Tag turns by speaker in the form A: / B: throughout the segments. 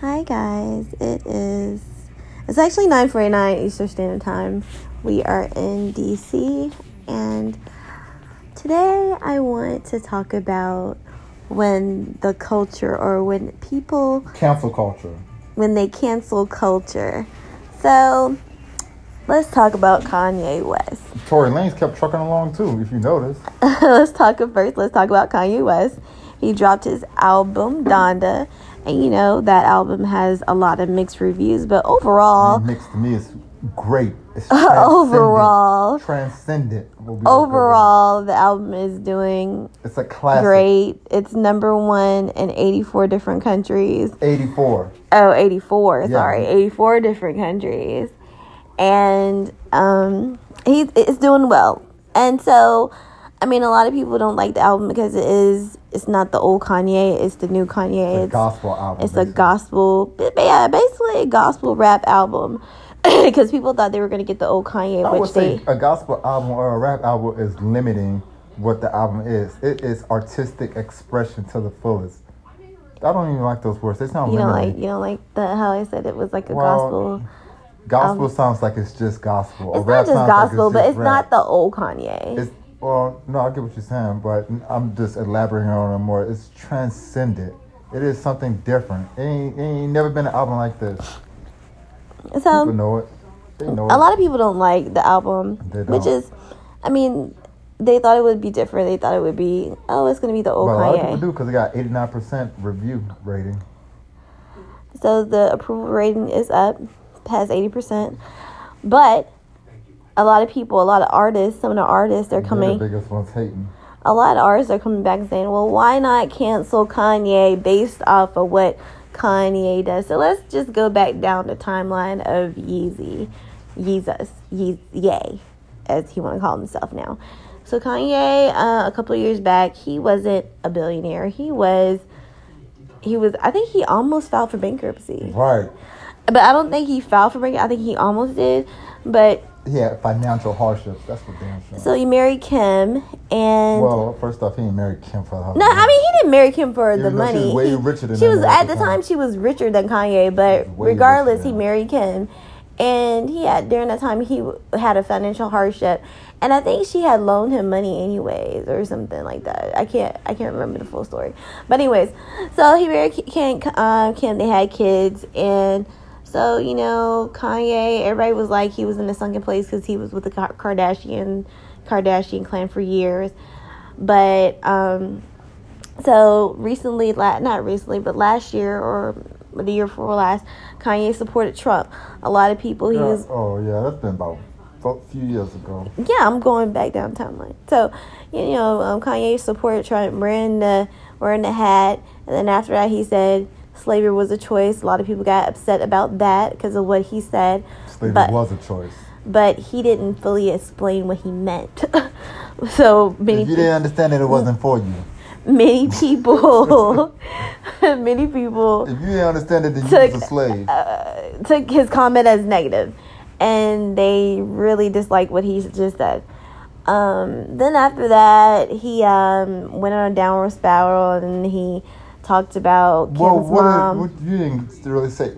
A: Hi guys, it is it's actually 9:49 Eastern Standard Time. We are in DC and today I want to talk about when the culture or when people
B: Cancel culture.
A: when they cancel culture. So, let's talk about Kanye West.
B: Tory Lanez kept trucking along too, if you notice.
A: let's talk first. Let's talk about Kanye West. He dropped his album Donda, and you know that album has a lot of mixed reviews, but overall,
B: Mixed to me is great. It's transcendent.
A: Overall.
B: transcendent. will be the good word.
A: overall the album is doing
B: it's a classic.
A: great. It's number 1 in 84 different countries.
B: 84.
A: Oh, 84,
B: Yeah.
A: sorry. 84 different countries. And um he it's doing well. And so I mean a lot of people don't like the album because it is it's not the old Kanye, it's the new Kanye.
B: It's a gospel album.
A: It's a
B: basically.
A: gospel, but yeah, basically a gospel rap album. Because people thought they were going to get the old Kanye,
B: I would
A: which they.
B: say a gospel album or a rap album is limiting what the album is. It is artistic expression to the fullest. I don't even like those words. They sound
A: You don't
B: limiting.
A: like you don't like the how I said it was like a
B: Well,
A: gospel.
B: gospel sounds like it's just gospel. A
A: um, It's
B: rap
A: not just
B: sounds like
A: gospel, but
B: just
A: it's
B: rap.
A: not the old Kanye.
B: It's well, no, I get what you're saying, but I'm just elaborating on it more. It's transcendent. It is something different. It ain't, it ain't never been an album like this. People
A: so
B: know it. They know
A: a
B: it.
A: lot of people don't like the album,
B: They
A: which
B: don't.
A: is, I mean, they thought it would be different. They thought it would be oh, it's gonna be the
B: but
A: old
B: a lot of people
A: Kanye.
B: do because it got 89% review rating.
A: So the approval rating is up, past eighty percent, but a lot of people, a lot of artists, some of the artists, they're coming.
B: They're the biggest ones hating.
A: a lot of artists are coming back and saying, well, why not cancel Kanye based off of what Kanye does? So let's just go back down the timeline of Yeezy, Yeezus, Ye- Yay, as he want to call himself now. So Kanye, uh, a couple of years back, he wasn't a billionaire. He was, he was. I think he almost filed for bankruptcy,
B: Right.
A: but I don't think he filed for bankruptcy. I think he almost did, but
B: Yeah, financial hardships. That's what damn sure.
A: so he married Kim, and
B: well, first off, he ain't married Kim for her.
A: No, I mean he didn't marry Kim for the
B: Even though she
A: money.
B: was way
A: He-
B: richer than
A: she
B: him
A: was
B: at
A: at the
B: the
A: time.
B: time.
A: She was richer than Kanye, but
B: richer
A: regardless, he
B: than him.
A: married Kim, and he had during that time he w- had a financial hardship, and I think she had loaned him money anyways or something like that. I can't I can't remember the full story, but anyways, so he married Ki- Kim. Uh, Kim they had kids, and so you know Kanye. Everybody was like he was in a sunken place because he was with the Ka- Kardashian Kardashian clan for years, but um. So recently, la- not recently, but last year or the year before last, Kanye supported Trump. A lot of people, he
B: Yeah,
A: was,
B: oh, yeah, that's been about a few years ago.
A: yeah, I'm going back down timeline. So, you know, um, Kanye supported Trump. We're in the, we're in the hat. And then after that, he said slavery was a choice. A lot of people got upset about that because of what he said.
B: Slavery
A: but,
B: was a choice.
A: but he didn't fully explain what he meant. so many
B: If you didn't understand it, it wasn't for you.
A: many people, many people.
B: If you didn't understand it, then you
A: Took-
B: was a slave.
A: uh, took his comment as negative, and they really disliked what he just said. Um, then after that, he um, went on a downward spiral, and he talked about Kim's
B: Well, what,
A: mom.
B: what you didn't really say.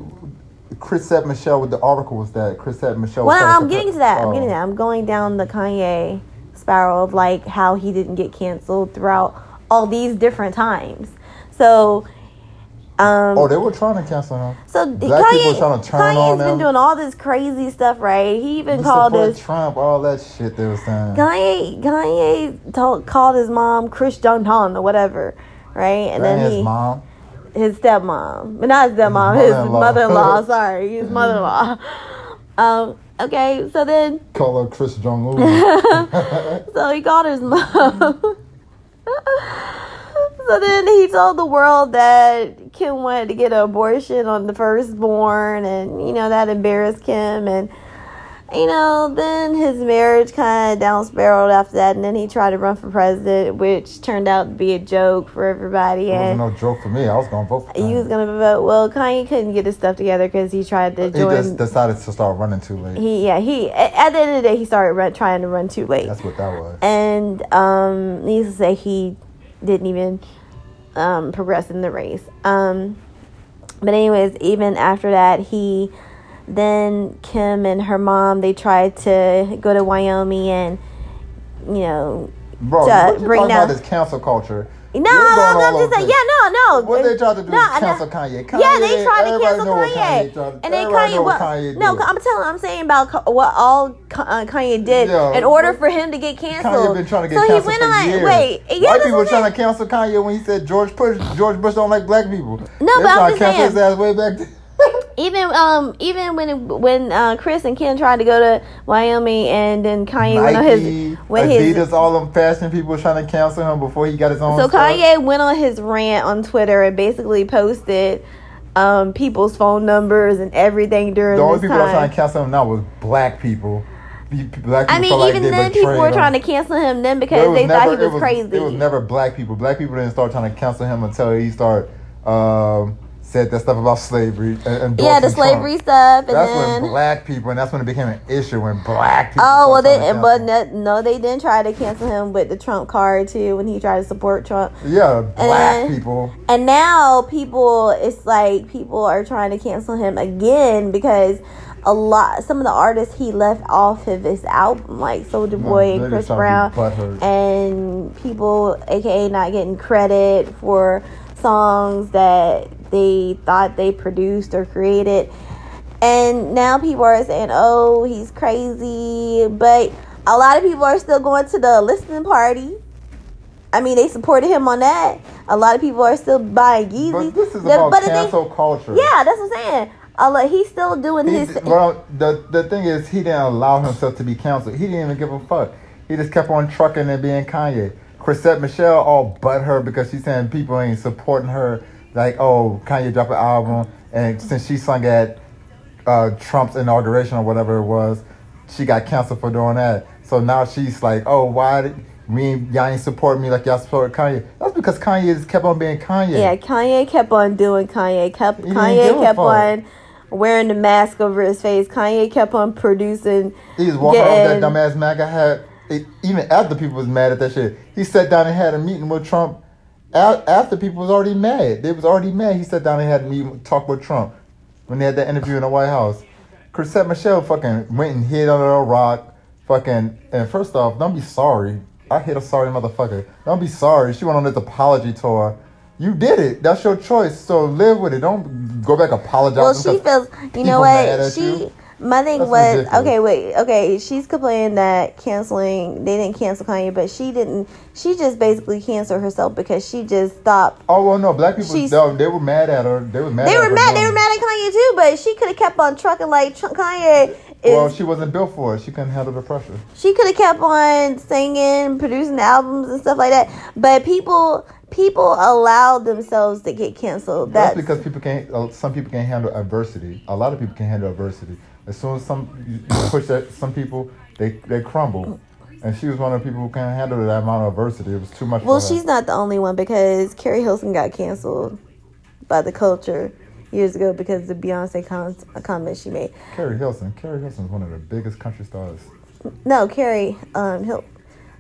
B: Chris said Michelle with the article was that Chris said Michelle. was
A: well,
B: trying
A: I'm getting to
B: compare-
A: that. I'm
B: Oh.
A: getting to that. I'm going down the Kanye spiral of like how he didn't get canceled throughout all these different times. So, um,
B: Oh, they were trying to cancel him.
A: so
B: black people
A: Kanye,
B: trying to turn
A: Kanye's
B: on
A: been
B: them.
A: doing all this crazy stuff, right? He even
B: He
A: called
B: supported
A: us
B: Trump, all that shit they were saying.
A: Kanye Kanye told, called his mom Chris Don Don or whatever, right? And
B: and
A: then
B: his
A: he
B: mom.
A: his stepmom, but not his stepmom,
B: His
A: his
B: mother-in-law.
A: mother in law. sorry, his mother in law. Um, okay, so then
B: Call her Chris Jong Un.
A: so he called his mom. so then he told the world that Kim wanted to get an abortion on the firstborn, and you know that embarrassed Kim. And you know, then his marriage kind of down spiraled after that, and then he tried to run for president, which turned out to be a joke for everybody.
B: it was
A: And
B: no joke for me. I was gonna vote for
A: he
B: him.
A: was gonna vote. Well, Kanye couldn't get his stuff together because he tried to
B: he just
A: join.
B: decided to start running too late.
A: He yeah he at at the end of the day he started run, trying to run too late
B: That's what that was.
A: and um, needless to say, he didn't even um, progress in the race. Um, But anyways, even after that, he then Kim and her mom they tried to go to Wyoming and you know
B: Bro,
A: to
B: what you
A: bring
B: talking
A: down-
B: about is cancel culture.
A: no,
B: You're going
A: no, no,
B: all
A: I'm just
B: over
A: saying,
B: the-
A: yeah, no, no.
B: What they tried to do
A: No,
B: is
A: I-
B: cancel Kanye. Kanye.
A: yeah, they tried to
B: everybody
A: cancel
B: know what
A: Kanye,
B: tried-
A: and then
B: everybody
A: Kanye.
B: know what
A: What,
B: Kanye
A: no,
B: did.
A: I'm telling. I'm saying about Ka- what all Ka- uh, Kanye did
B: Yeah,
A: in order
B: but
A: for him to get canceled.
B: Kanye been trying to get
A: so
B: canceled
A: he went
B: for
A: on.
B: years.
A: Wait, yeah,
B: white
A: that's
B: people
A: what I'm
B: were trying
A: saying.
B: to cancel Kanye when he said George Bush, George Bush don't like black people. No,
A: but
B: they were
A: I'm
B: trying to
A: just
B: cancel
A: saying-
B: his ass way back. Then.
A: Even um, even when when uh, Chris and Ken tried to go to Wyoming, and then Kanye went on
B: Nike,
A: his went
B: Adidas,
A: his.
B: all them fashion people trying to cancel him before he got his own.
A: So
B: stuff.
A: Kanye went on his rant on Twitter and basically posted um, people's phone numbers and everything during
B: the only
A: this
B: people that
A: time.
B: trying to cancel him now was black people. Be- Black people
A: I mean,
B: felt like
A: even
B: they
A: then, people
B: betrayed
A: were
B: him.
A: trying to cancel him then
B: But it
A: because they thought he was,
B: it
A: crazy.
B: It was never black people. Black people didn't start trying to cancel him until he started um, said that stuff about slavery. and- and
A: yeah, the
B: endorsing Trump.
A: slavery stuff, and
B: That's
A: then
B: when black people, and that's when it became an issue when black people.
A: oh well,
B: started
A: they
B: trying to
A: but
B: cancel him.
A: no, no, they didn't try to cancel him with the Trump card too when he tried to support Trump.
B: yeah, black
A: and-
B: people.
A: And now people, it's like people are trying to cancel him again because a lot, some of the artists he left off of his album, like Soldier
B: No,
A: Boy
B: they
A: and
B: just
A: Chris
B: trying to be
A: Brown,
B: butthurt.
A: and people, aka not getting credit for songs that they thought they produced or created. And now people are saying, oh, he's crazy. But a lot of people are still going to the listening party. I mean, they supported him on that. A lot of people are still buying Yeezy.
B: But this is
A: The-
B: about
A: but the thing-
B: cancel culture.
A: yeah, that's what I'm saying. A lot, he's still doing
B: He,
A: his.
B: d- well, the the thing is, he didn't allow himself to be counseled. He didn't even give a fuck. He just kept on trucking and being Kanye. Chrisette Michelle all but her because she's saying people ain't supporting her. Like, oh, Kanye dropped an album, and since she sung at uh, Trump's inauguration or whatever it was, she got canceled for doing that. So now she's like, oh, why did, we ain't- y'all ain't support me like y'all support Kanye? That's because Kanye just kept on being Kanye.
A: yeah, Kanye kept on doing Kanye. Kept
B: He didn't give
A: Kanye
B: a
A: kept
B: fuck.
A: on wearing the mask over his face. Kanye kept on producing.
B: He was walking around with that
A: getting-
B: dumbass MAGA hat. It, even after people was mad at that shit, he sat down and had a meeting with Trump. A- After people was already mad, they was already mad. He sat down and had a meeting, talk with Trump when they had that interview in the White House. Chrisette Michelle fucking went and hid under a rock. Fucking and first off, don't be sorry. I hit a sorry motherfucker. Don't be sorry. She went on this apology tour. You did it. That's your choice. So live with it. Don't go back apologizing.
A: Well, she
B: because-
A: feels. You know
B: people mad
A: what?
B: at
A: She.
B: you?
A: My thing
B: That's
A: was
B: ridiculous.
A: okay. Wait. Okay. She's complaining that canceling. They didn't cancel Kanye, but she didn't. She just basically canceled herself because she just stopped
B: Oh well, no, black people.
A: She's-
B: no, they were mad at her. They were mad.
A: They
B: at
A: were
B: her
A: mad. They were
B: doing it.
A: mad at Kanye too, but she could have kept on trucking like Tr- Kanye. Is,
B: Well, she wasn't built for it. She couldn't handle the pressure.
A: she could have kept on singing, producing albums and stuff like that. But people, people allowed themselves to get canceled.
B: That's,
A: That's,
B: because people can't. Uh, some people can't handle adversity. A lot of people can handle adversity. As soon as some you you push that, some people they they crumble. And she was one of the people who can't handle that amount of adversity. It was too much.
A: well,
B: for her.
A: she's not the only one because Carrie Hilson got canceled by the culture years ago because of the Beyonce con- comment she made.
B: Carrie Hilson. Carrie Hilson is one of the biggest country stars.
A: No, Carrie, um, Hil-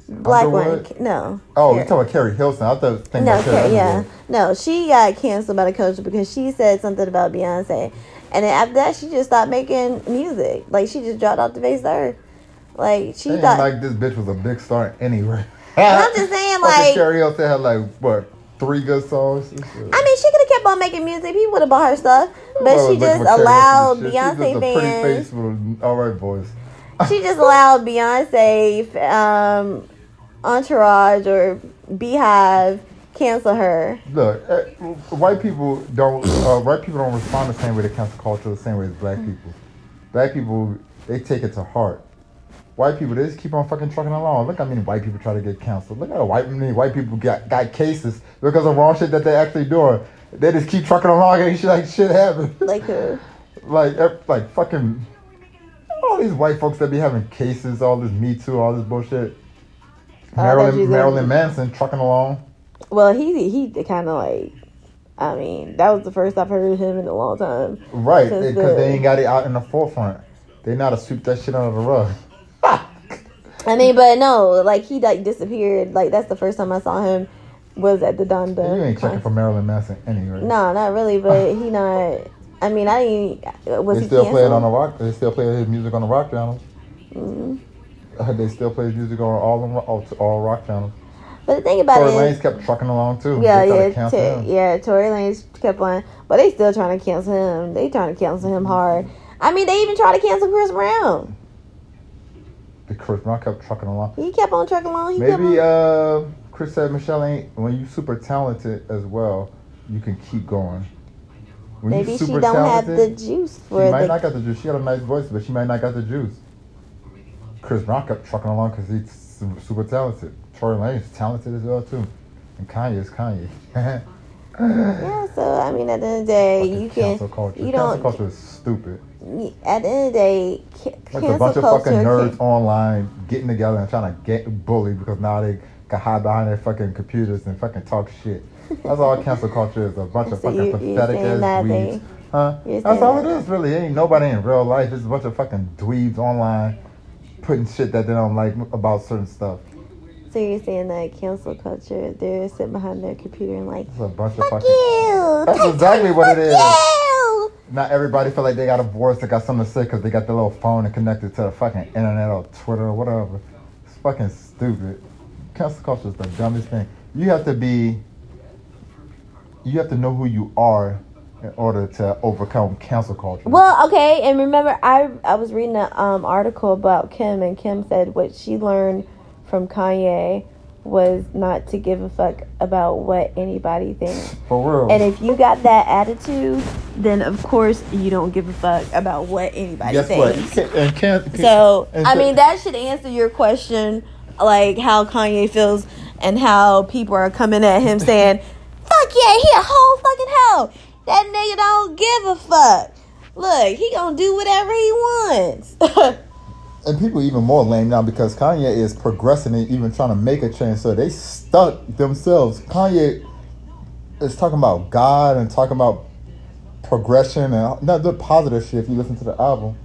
A: black
B: Underwood?
A: one. No.
B: Oh,
A: Carrie.
B: you talking about Carrie Hilson? I thought thinking
A: No,
B: about Carrie.
A: okay, yeah.
B: Underwood.
A: No, she got canceled by the culture because she said something about Beyonce. And then after that, she just stopped making music. Like, she just dropped off the face of the earth. Like, she
B: It ain't
A: thought.
B: like this bitch was a big star anyway.
A: I'm just saying, like-
B: Carrie Hilson had like what three good songs.
A: I mean, she could have kept on making music. People would have bought her stuff. But
B: Well,
A: she
B: Rick
A: just
B: McCarthy,
A: allowed
B: she- she's just
A: Beyonce
B: a Pretty face
A: fans.
B: with an all right voice.
A: She just allowed Beyonce um, entourage or Beehive cancel her.
B: Look, uh, white people don't uh, white people don't respond the same way to cancel culture the same way as black
A: Mm.
B: people. Black people they take it to heart. White people they just keep on fucking trucking along. Look, I mean, white people try to get canceled. Look at white many white people got got cases because of wrong shit that they actually doing. They just keep trucking along and shit like shit happens.
A: Like, who?
B: like ev- like fucking all these white folks that be having cases, all this Me Too, all this bullshit.
A: Oh, I thought you
B: Marilyn
A: was
B: Marilyn
A: gonna-
B: Manson trucking along.
A: Well, he he kind of like, I mean, that was the first I've heard of him in a long time.
B: Right,
A: Since the-
B: because they ain't got it out in the forefront. They know how to sweep that shit under the rug.
A: I mean, but no, like he like disappeared. Like that's the first time I saw him was at the Don Dunn.
B: You ain't checking for Marilyn Manson anyway.
A: No, not really, but he not. I mean, I didn't. Was
B: They
A: he
B: still play it
A: canceled? Mm-hmm.
B: on the rock. They still play his music on the rock channels. Uh, They still play his music on all them, all, all rock channels.
A: But the thing about
B: Tory
A: it
B: Lanez
A: is,
B: kept trucking along too.
A: yeah,
B: They tried to
A: yeah,
B: cancel
A: Ter-
B: him.
A: yeah. Tory Lanez kept on, but they still trying to cancel him. They trying to cancel him hard. I mean, they even tried to cancel Chris Brown.
B: The Chris Brown kept trucking along.
A: He kept on trucking along. He kept
B: Maybe
A: on.
B: uh, Chris said Michelle ain't when you super talented as well. You can keep going. When you
A: Maybe she don't have the juice for
B: She might
A: the.
B: not got the juice. She had a nice voice, but she might not got the juice. Chris Brown kept trucking along because he's su- super talented. Tory Lanez is talented as well too, and Kanye is Kanye.
A: yeah, so I mean, at the end of the day,
B: Fucking
A: you can.
B: cancel culture.
A: You
B: cancel
A: don't.
B: culture is stupid.
A: At the end of the day, ca-
B: Like
A: cancel
B: a bunch of
A: culture.
B: fucking
A: can-
B: nerds online getting together and trying to get bullied because now they can hide behind their fucking computers and fucking talk shit. That's all cancel culture is. A bunch of
A: So
B: fucking
A: you- you're
B: pathetic
A: saying
B: ass
A: that
B: dweebs.
A: they-
B: huh?
A: you're
B: That's
A: saying
B: all it
A: that-
B: is, really. Ain't nobody in real life. It's a bunch of fucking dweebs online putting shit that they don't like about certain stuff.
A: So you're saying that cancel culture, they're sitting behind their computer and like,
B: It's a bunch of
A: fuck
B: fucking.
A: you.
B: That's
A: Take-
B: exactly what it is.
A: You!
B: Not everybody feel like they got a voice, they got something to say because they got their little phone and connected to the fucking internet or Twitter or whatever. It's fucking stupid. Cancel culture is the dumbest thing. You have to be, you have to know who you are in order to overcome cancel culture.
A: Well, okay, and remember, I I was reading an um, article about Kim, and Kim said what she learned from Kanye was not to give a fuck about what anybody thinks.
B: For real.
A: And if you got that attitude, then of course you don't give a fuck about what anybody
B: Guess
A: thinks.
B: what? You can't, and can't,
A: So
B: and
A: I mean, that should answer your question, like how Kanye feels and how people are coming at him saying, "Fuck yeah, he a whole fucking hoe. That nigga don't give a fuck. Look, he gonna do whatever he wants."
B: And people even more lame now because Kanye is progressing and even trying to make a change. So they stuck themselves. Kanye is talking about God and talking about progression and not the positive shit if you listen to the album.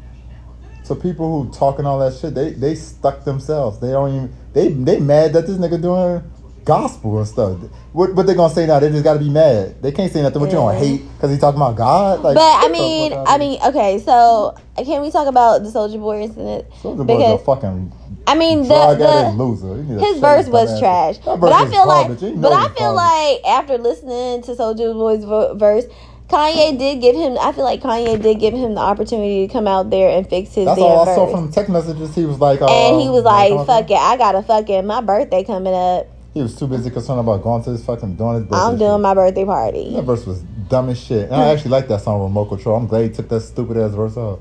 B: So people who talking all that shit, they they stuck themselves. They don't even they they mad that this nigga doing gospel and stuff. What what they gonna say now? They just gotta be mad. They can't say nothing. What you gonna
A: Yeah.
B: hate because he talking about God? Like,
A: but I
B: shut the
A: mean,
B: fuck out
A: I
B: of here.
A: mean, okay, so can we talk about the Soldier Boy incident?
B: Soulja Boy's a
A: Because
B: fucking
A: I mean, the,
B: Drug
A: the
B: addict loser. He need to
A: his
B: shut
A: verse
B: his
A: was
B: dumb ass
A: trash.
B: up. That
A: But
B: verse
A: I
B: is
A: feel like,
B: garbage. You know
A: but I
B: it's
A: feel
B: garbage.
A: like after listening to Soldier Boy's vo- verse, Kanye did give him. I feel like Kanye did give him the opportunity to come out there and fix his
B: That's
A: damn
B: all I
A: verse.
B: saw from text messages. He was like, uh,
A: and he was like,
B: uh,
A: "Fuck it, I got a fucking my birthday coming up.
B: He was too busy concerned about going to his fucking doing his birthday.
A: I'm doing
B: shit.
A: my birthday party."
B: That verse was dumb as shit, and I
A: Hmm.
B: actually like that song "Remote Control." I'm glad he took that stupid ass verse out.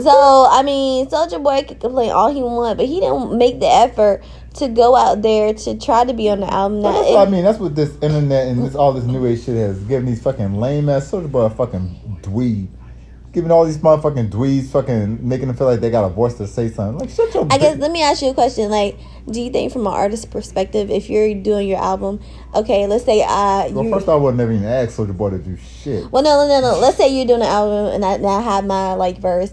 A: So I mean, Soldier Boy could complain all he want, but he didn't make the effort to go out there to try to be on the album.
B: But
A: Now,
B: that's
A: it-
B: what I mean. That's what this internet and this all this new age shit has given these fucking lame ass soldier boy a fucking dweeb. Giving all these motherfucking dweebs fucking making them feel like they got a voice to say something. Like shut your
A: I
B: bitch-
A: guess let me ask you a question. Like, do you think from an artist's perspective, if you're doing your album, okay, let's say uh, you,
B: Well, first I would never even ask Soldier Boy to do shit.
A: well, no, no, no, no. Let's say you're doing an album, and I, and I have my like verse,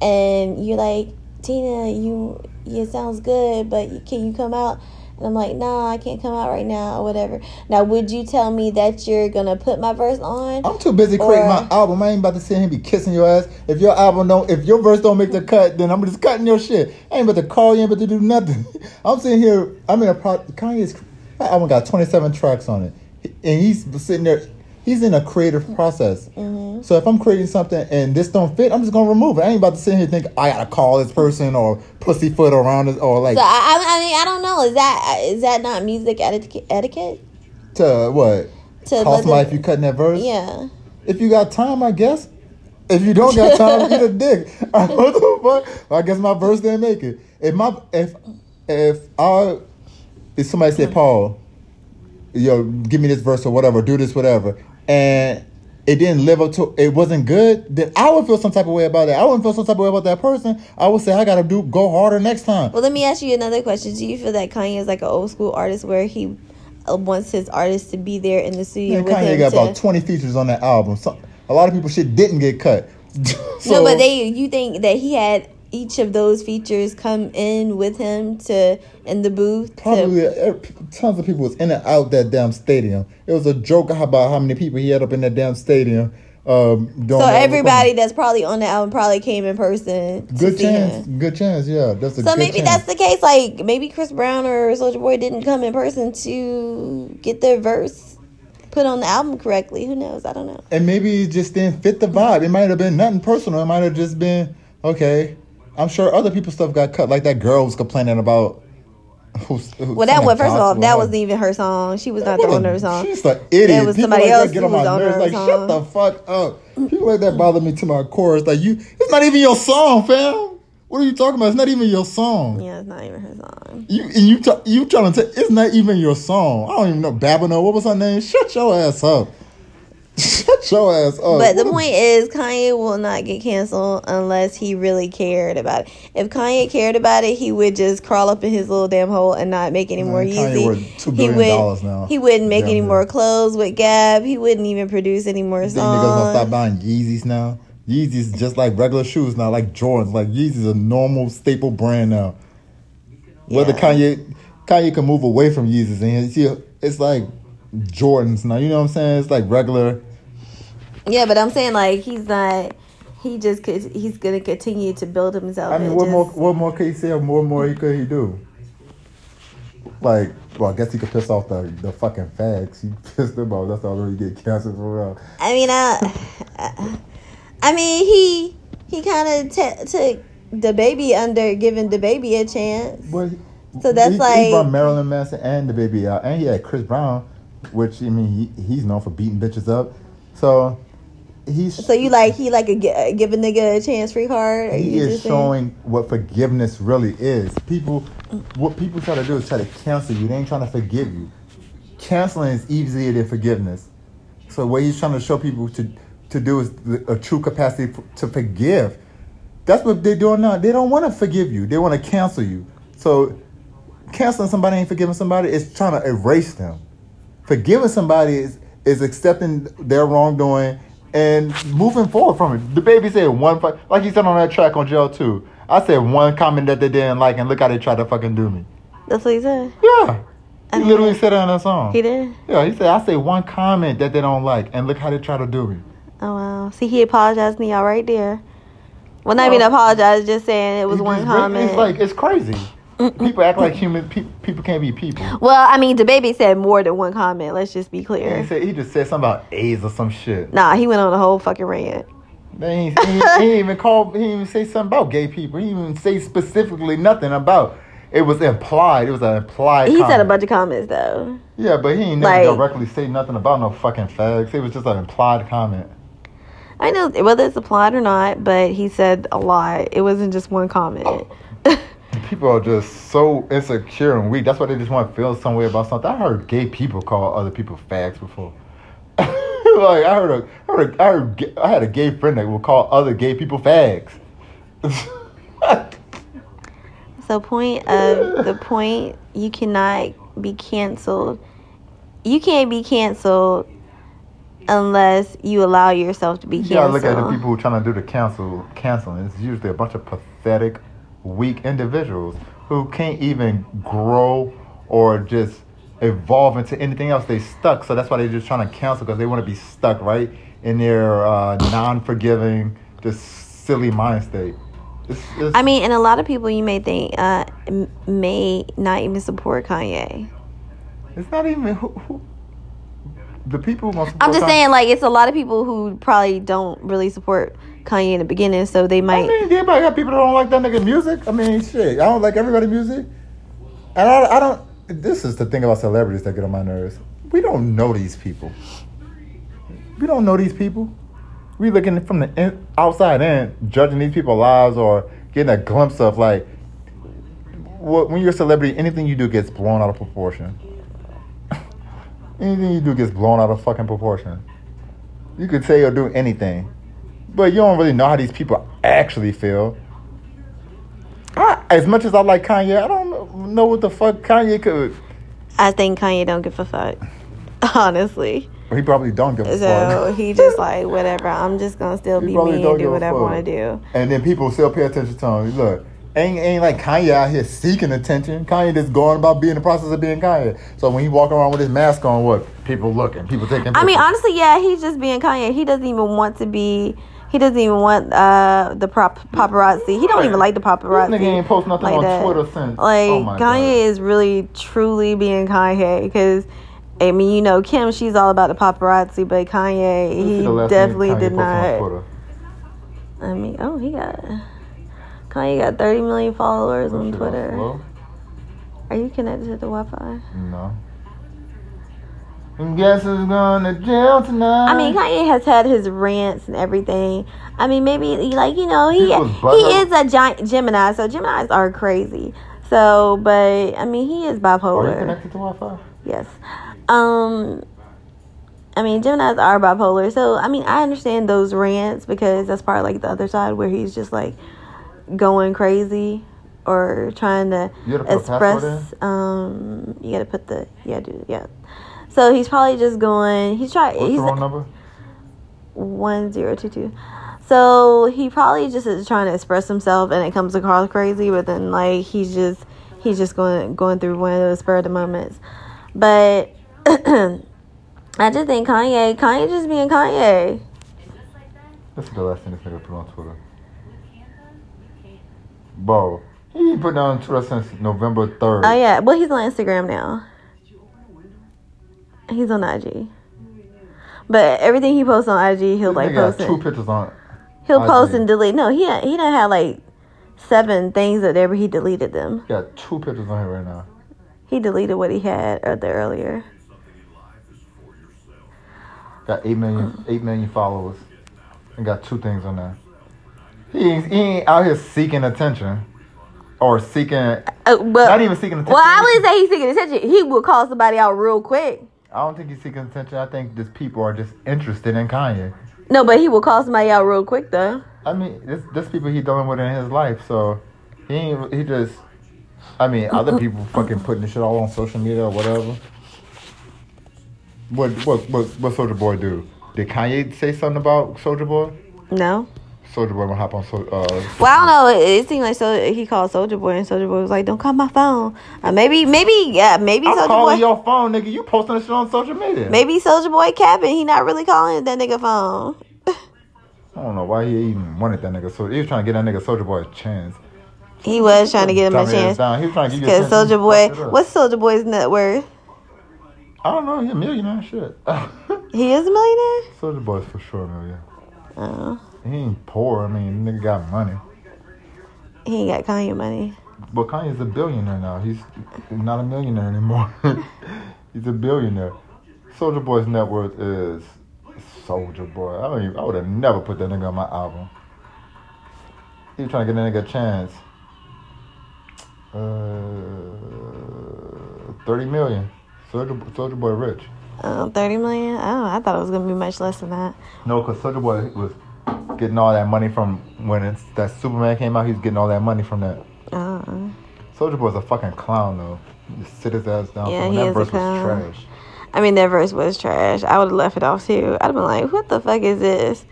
A: and you're like, Tina, you, it sounds good, but you- can you come out? And I'm like, nah, I can't come out right now, or whatever. Now, would you tell me that you're gonna put my verse on?
B: I'm too busy creating
A: Or-
B: my album. I ain't about to sit here and be kissing your ass. If your album don't, if your verse don't make the cut, then I'm just cutting your shit. I ain't about to call you, ain't about to do nothing. I'm sitting here. I'm in a pro. Kanye's that album got 27 tracks on it, and he's sitting there. He's in a creative process. So if I'm creating something and this don't fit, I'm just gonna remove it. I ain't about to sit here and think I gotta call this person or pussyfoot around it or like
A: So I, I, I mean, I don't know. Is that is that not music etiquette? etiquette?
B: to what?
A: To
B: Call
A: let
B: somebody
A: them-
B: if you cutting that verse.
A: Yeah.
B: If you got time, I guess. If you don't got time, eat a dick. what the fuck? I guess my verse didn't make it. If my if if I if somebody said Paul, yo, give me this verse or whatever, do this whatever, and it didn't live up to it wasn't good, then I would feel some type of way about that. I wouldn't feel some type of way about that person. I would say I gotta do go harder next time.
A: Well, let me ask you another question. Do you feel that Kanye is like an old school artist where he uh, wants his artists to be there in the studio
B: Man,
A: with
B: Kanye
A: him?
B: got
A: to,
B: about twenty features on that album. So, a lot of people shit didn't get cut. so,
A: no, but they you think that he had each of those features come in with him to in the booth? to-
B: Probably uh, tons of people was in and out that damn stadium. It was a joke about how many people he had up in that damn stadium. Um, during
A: so
B: that recording.
A: everybody that's probably on the album probably came in person. to
B: Good
A: see
B: chance.
A: him.
B: Good chance. Yeah, that's a
A: So
B: good
A: maybe
B: chance.
A: that's the case. Like maybe Chris Brown or Soldier Boy didn't come in person to get their verse put on the album correctly. Who knows? I don't know.
B: and maybe it just didn't fit the vibe. It might have been nothing personal. It might have just been okay. I'm sure other people's stuff got cut. Like that girl was complaining about. Who's, who,
A: Well, that
B: somebody
A: was first of all,
B: gospel.
A: that wasn't even her song. She was not
B: What
A: the
B: a-
A: one her song.
B: She's an idiot.
A: That was
B: People
A: somebody
B: like
A: else
B: that get
A: who
B: on my
A: was on
B: nerves.
A: her
B: Like shut
A: song.
B: the fuck up. People like that bother me to my core. It's like you. It's not even your song, fam. What are you talking about? It's not even your song.
A: Yeah, it's not even her song.
B: You and you t- you trying to t- it's not even your song. I don't even know Babino. What was her name? Shut your ass up. Shut your ass up.
A: But the
B: Oh, What a-
A: point is, Kanye will not get canceled unless he really cared about it. If Kanye cared about it, he would just crawl up in his little damn hole and not make any more
B: Man, Kanye worth
A: Yeezy.
B: $2
A: He
B: billion
A: would.
B: now.
A: He wouldn't make
B: Damn
A: any
B: near.
A: more clothes with Gab. He wouldn't even produce any more
B: These niggas gonna stop
A: songs.
B: buying Yeezys now. Yeezys just like regular shoes now, like Jordans. Like Yeezys a normal staple brand now. Whether
A: Yeah.
B: Kanye Kanye can move away from Yeezys and see it's like Jordans now. You know what I'm saying? It's like regular.
A: Yeah, but I'm saying like he's not. He just could. He's gonna continue to build himself.
B: I mean,
A: and
B: what
A: just-
B: more? What more can he say? Or what more he could he do? Like, well, I guess he could piss off the, the fucking fags. He pissed them off. That's all he get canceled for real.
A: I mean, I, I mean, he he kind of t- took the baby under giving the baby a chance.
B: But
A: So that's
B: he, he brought
A: like-
B: Marilyn Manson and the baby out, and he had Chris Brown, which I mean he, he's known for beating bitches up. So he's
A: So you like he like a gi- a give a nigga a chance free card? Or
B: he
A: you
B: is
A: just saying-
B: showing what forgiveness really is. People, what people try to do is try to cancel you. They ain't trying to forgive you. Canceling is easier than forgiveness. So what he's trying to show people to to do is the- a true capacity f- to forgive. That's what they're doing now. They don't want to forgive you. They want to cancel you. So canceling somebody ain't forgiving somebody. It's trying to erase them. Forgiving somebody is is accepting their wrongdoing and moving forward from it. The baby said one, fu- like he said on that track on Jail Two. I said one comment that they didn't like, and look how they tried to fucking do me.
A: That's what he said.
B: Yeah, he
A: And-
B: literally said that in that song.
A: He did.
B: Yeah, he said I said one comment that they don't like, and look how they try to do me.
A: Oh wow. See, he apologized to y'all right there. Well, not
B: Well-
A: even apologized, just saying it was
B: It
A: one
B: just break-
A: comment.
B: It's like it's crazy. people act like human. Pe- people can't be people.
A: well, I mean, the baby said more than one comment. Let's just be
B: He
A: clear.
B: said he just said something about AIDS or some shit.
A: Nah, he went on a whole fucking rant.
B: They ain't, he, ain't- he ain't even call. He ain't even say something about gay people. He ain't even say specifically nothing about. It was implied. It was an implied.
A: He said a
B: comment.
A: bunch of comments though.
B: Yeah, but he ain't never
A: like-
B: directly say nothing about no fucking fags. It was just an implied comment.
A: I know whether it's applied or not, but he said a lot. It wasn't just one comment.
B: People are just so insecure and weak. That's why they just want to feel some way about something. I heard gay people call other people fags before. like I heard, a, I heard, a, I heard, ga- I had a gay friend that would call other gay people fags.
A: so point of the point, you cannot be canceled. You can't be canceled unless you allow yourself to be
B: You gotta
A: canceled.
B: look at the people who trying to do the cancel canceling. It's usually a bunch of pathetic, weak individuals who can't even grow or just evolve into anything else. They stuck, so that's why they're just trying to cancel because they want to be stuck right in their uh, non-forgiving, just silly mind state. It's, it's,
A: I mean, and a lot of people you may think uh, m- may not even support Kanye.
B: it's not even who, who the people. who gonna
A: I'm
B: support
A: just
B: Kanye-
A: saying, like, it's a lot of people who probably don't really support Kanye in the beginning, so they
B: I
A: might.
B: mean, everybody got people that don't like that nigga music. I mean, shit, I don't like everybody's music. And I, I don't. This is the thing about celebrities that get on my nerves. We don't know these people. We don't know these people. We looking from the in, outside in, judging these people's lives or getting a glimpse of like, what, when you're a celebrity, anything you do gets blown out of proportion. anything you do gets blown out of fucking proportion. You could say or do anything, but you don't really know how these people actually feel. I, as much as I like Kanye, I don't know what the fuck Kanye could.
A: I think Kanye don't give a fuck. Honestly.
B: He probably don't give a
A: So
B: fuck.
A: he just like whatever. I'm just gonna still
B: He
A: be
B: probably
A: me
B: don't
A: and
B: give
A: do
B: a
A: what I
B: fuck.
A: want to do.
B: And then people still pay attention to him. Look, ain't ain't like Kanye out here seeking attention. Kanye just going about being the process of being Kanye. So when he walk around with his mask on, what people looking, people taking.
A: I mean,
B: pictures.
A: honestly, yeah, he's just being Kanye. He doesn't even want to be. He doesn't even want uh the prop paparazzi. He don't even like the paparazzi.
B: This nigga ain't post nothing on Twitter since.
A: Like
B: Oh my
A: Kanye
B: God.
A: is really truly being Kanye because. I mean, you know, Kim, she's all about the paparazzi, but Kanye,
B: This is
A: he
B: the last thing
A: definitely
B: Kanye
A: did
B: posted on
A: not.
B: Twitter.
A: I mean, oh, he got Kanye got 30 million followers
B: That
A: on
B: shit on
A: Twitter.
B: slow.
A: Are you connected to the Wi-Fi?
B: No. And guess who's going to jail tonight?
A: I mean, Kanye has had his rants and everything. I mean, maybe he- like you know he
B: He
A: he
B: was butthurt.
A: is a giant Gemini, so Geminis are crazy. So, but I mean, he is
B: Are you
A: bipolar.
B: connected to Wi-Fi?
A: Yes. Um. I mean, Geminis are bipolar, so I mean, I understand those rants because that's part of, like the other side where he's just like going crazy or trying to
B: You gotta put a password
A: express. Um, you gotta put the yeah, dude, yeah. So he's probably just going. He's trying.
B: What's
A: he's
B: the wrong number?
A: one zero two two. So he probably just is trying to express himself, and it comes across crazy. But then, like he's just he's just going going through one of those spur of the moments. But I just think Kanye, Kanye just being Kanye.
B: This is the last thing this nigga put on Twitter. Bro, he ain't put down on Twitter since November 3rd.
A: Oh yeah, well he's on Instagram now. He's on IG. But everything he posts on IG, he'll
B: This
A: like
B: nigga got
A: post
B: two
A: it.
B: pictures on
A: He'll
B: IG.
A: post and delete. No, he he done had like seven things that ever he deleted them.
B: He got two pictures on here right now.
A: He deleted what he had or the earlier.
B: Got 8 million,
A: Mm.
B: 8 million followers. And got two things on there. He ain't, he ain't out here seeking attention. Or seeking,
A: Uh, well,
B: not even seeking attention.
A: well, I wouldn't say he's seeking attention. He would call somebody out real quick.
B: I don't think he's seeking attention. I think just people are just interested in Kanye.
A: No, but he would call somebody out real quick though.
B: I mean, this this people he dealing with in his life, so he ain't he just. I mean, other people fucking putting this shit all on social media or whatever. What what what what Soldier Boy do? Did Kanye say something about Soldier Boy?
A: No.
B: Soldier Boy gonna hop on so. Uh,
A: Well, I don't know. It, it seemed like so he called Soldier Boy, and Soldier Boy was like, "Don't call my phone." Uh, maybe, maybe, yeah, maybe
B: I'm
A: Soldier
B: calling
A: Boy.
B: your phone, nigga. You posting this shit on social media.
A: Maybe Soldier Boy capping. He not really calling that nigga phone.
B: I don't know why he even wanted that nigga. So he was trying to get that nigga Soldier Boy a chance.
A: he was trying to get him a
B: Dumbass
A: chance.
B: down. He was trying to give you a
A: Cause
B: chance.
A: Soldier
B: You
A: Boy,
B: fucked it up.
A: what's Soldier Boy's net worth?
B: I don't know. He a millionaire. Shit.
A: He is a millionaire.
B: Soldier Boy's for sure a millionaire.
A: Oh,
B: He ain't poor. I mean, nigga got money.
A: he ain't got Kanye money.
B: But Kanye's a billionaire now. He's not a millionaire anymore. He's a billionaire. Soldier Boy's net worth is Soldier Boy. I don't even. I would have never put that nigga on my album. He was trying to get that nigga a chance. Uh, thirty million. Soldier Soldier Boy rich.
A: Um, thirty million. Oh, I thought it was gonna be much less than that.
B: No, because Soldier Boy was getting all that money from when it's, that Superman came out. He was getting all that money from that.
A: Uh,
B: Soldier Boy's a fucking clown though. He just sit his ass down.
A: Yeah,
B: so when
A: he
B: that
A: is a
B: verse was
A: clown.
B: trash.
A: I mean, that verse was trash. I would have left it off too. I'd have been like, "What the fuck is this?"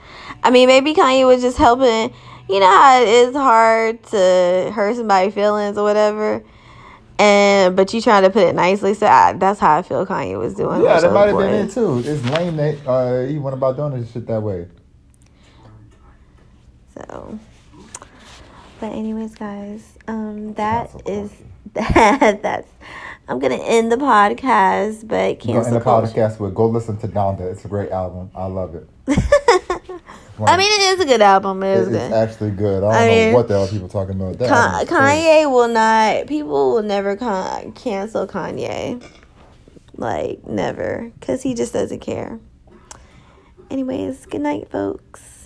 A: I mean, maybe Kanye was just helping. You know how it is hard to hurt somebody's feelings or whatever, and but you trying to put it nicely. So I, that's how I feel Kanye was doing.
B: Yeah,
A: with
B: that might
A: Soulja
B: have been
A: Boy.
B: it too. It's lame that uh, he went about doing this shit that way.
A: So, but anyways, guys, um, that
B: Cancel
A: is that. That's. I'm gonna end the podcast, but
B: Go in
A: cancel
B: the
A: culture.
B: podcast with go listen to Donda. It's a great album. I love it.
A: I mean, it is a good album. It is
B: it's
A: good.
B: actually good. I don't
A: I
B: know
A: mean,
B: what the hell people talking about. That
A: Con-
B: album's great.
A: Kanye will not. People will never con- cancel Kanye. Like never, cause he just doesn't care. Anyways, good night, folks.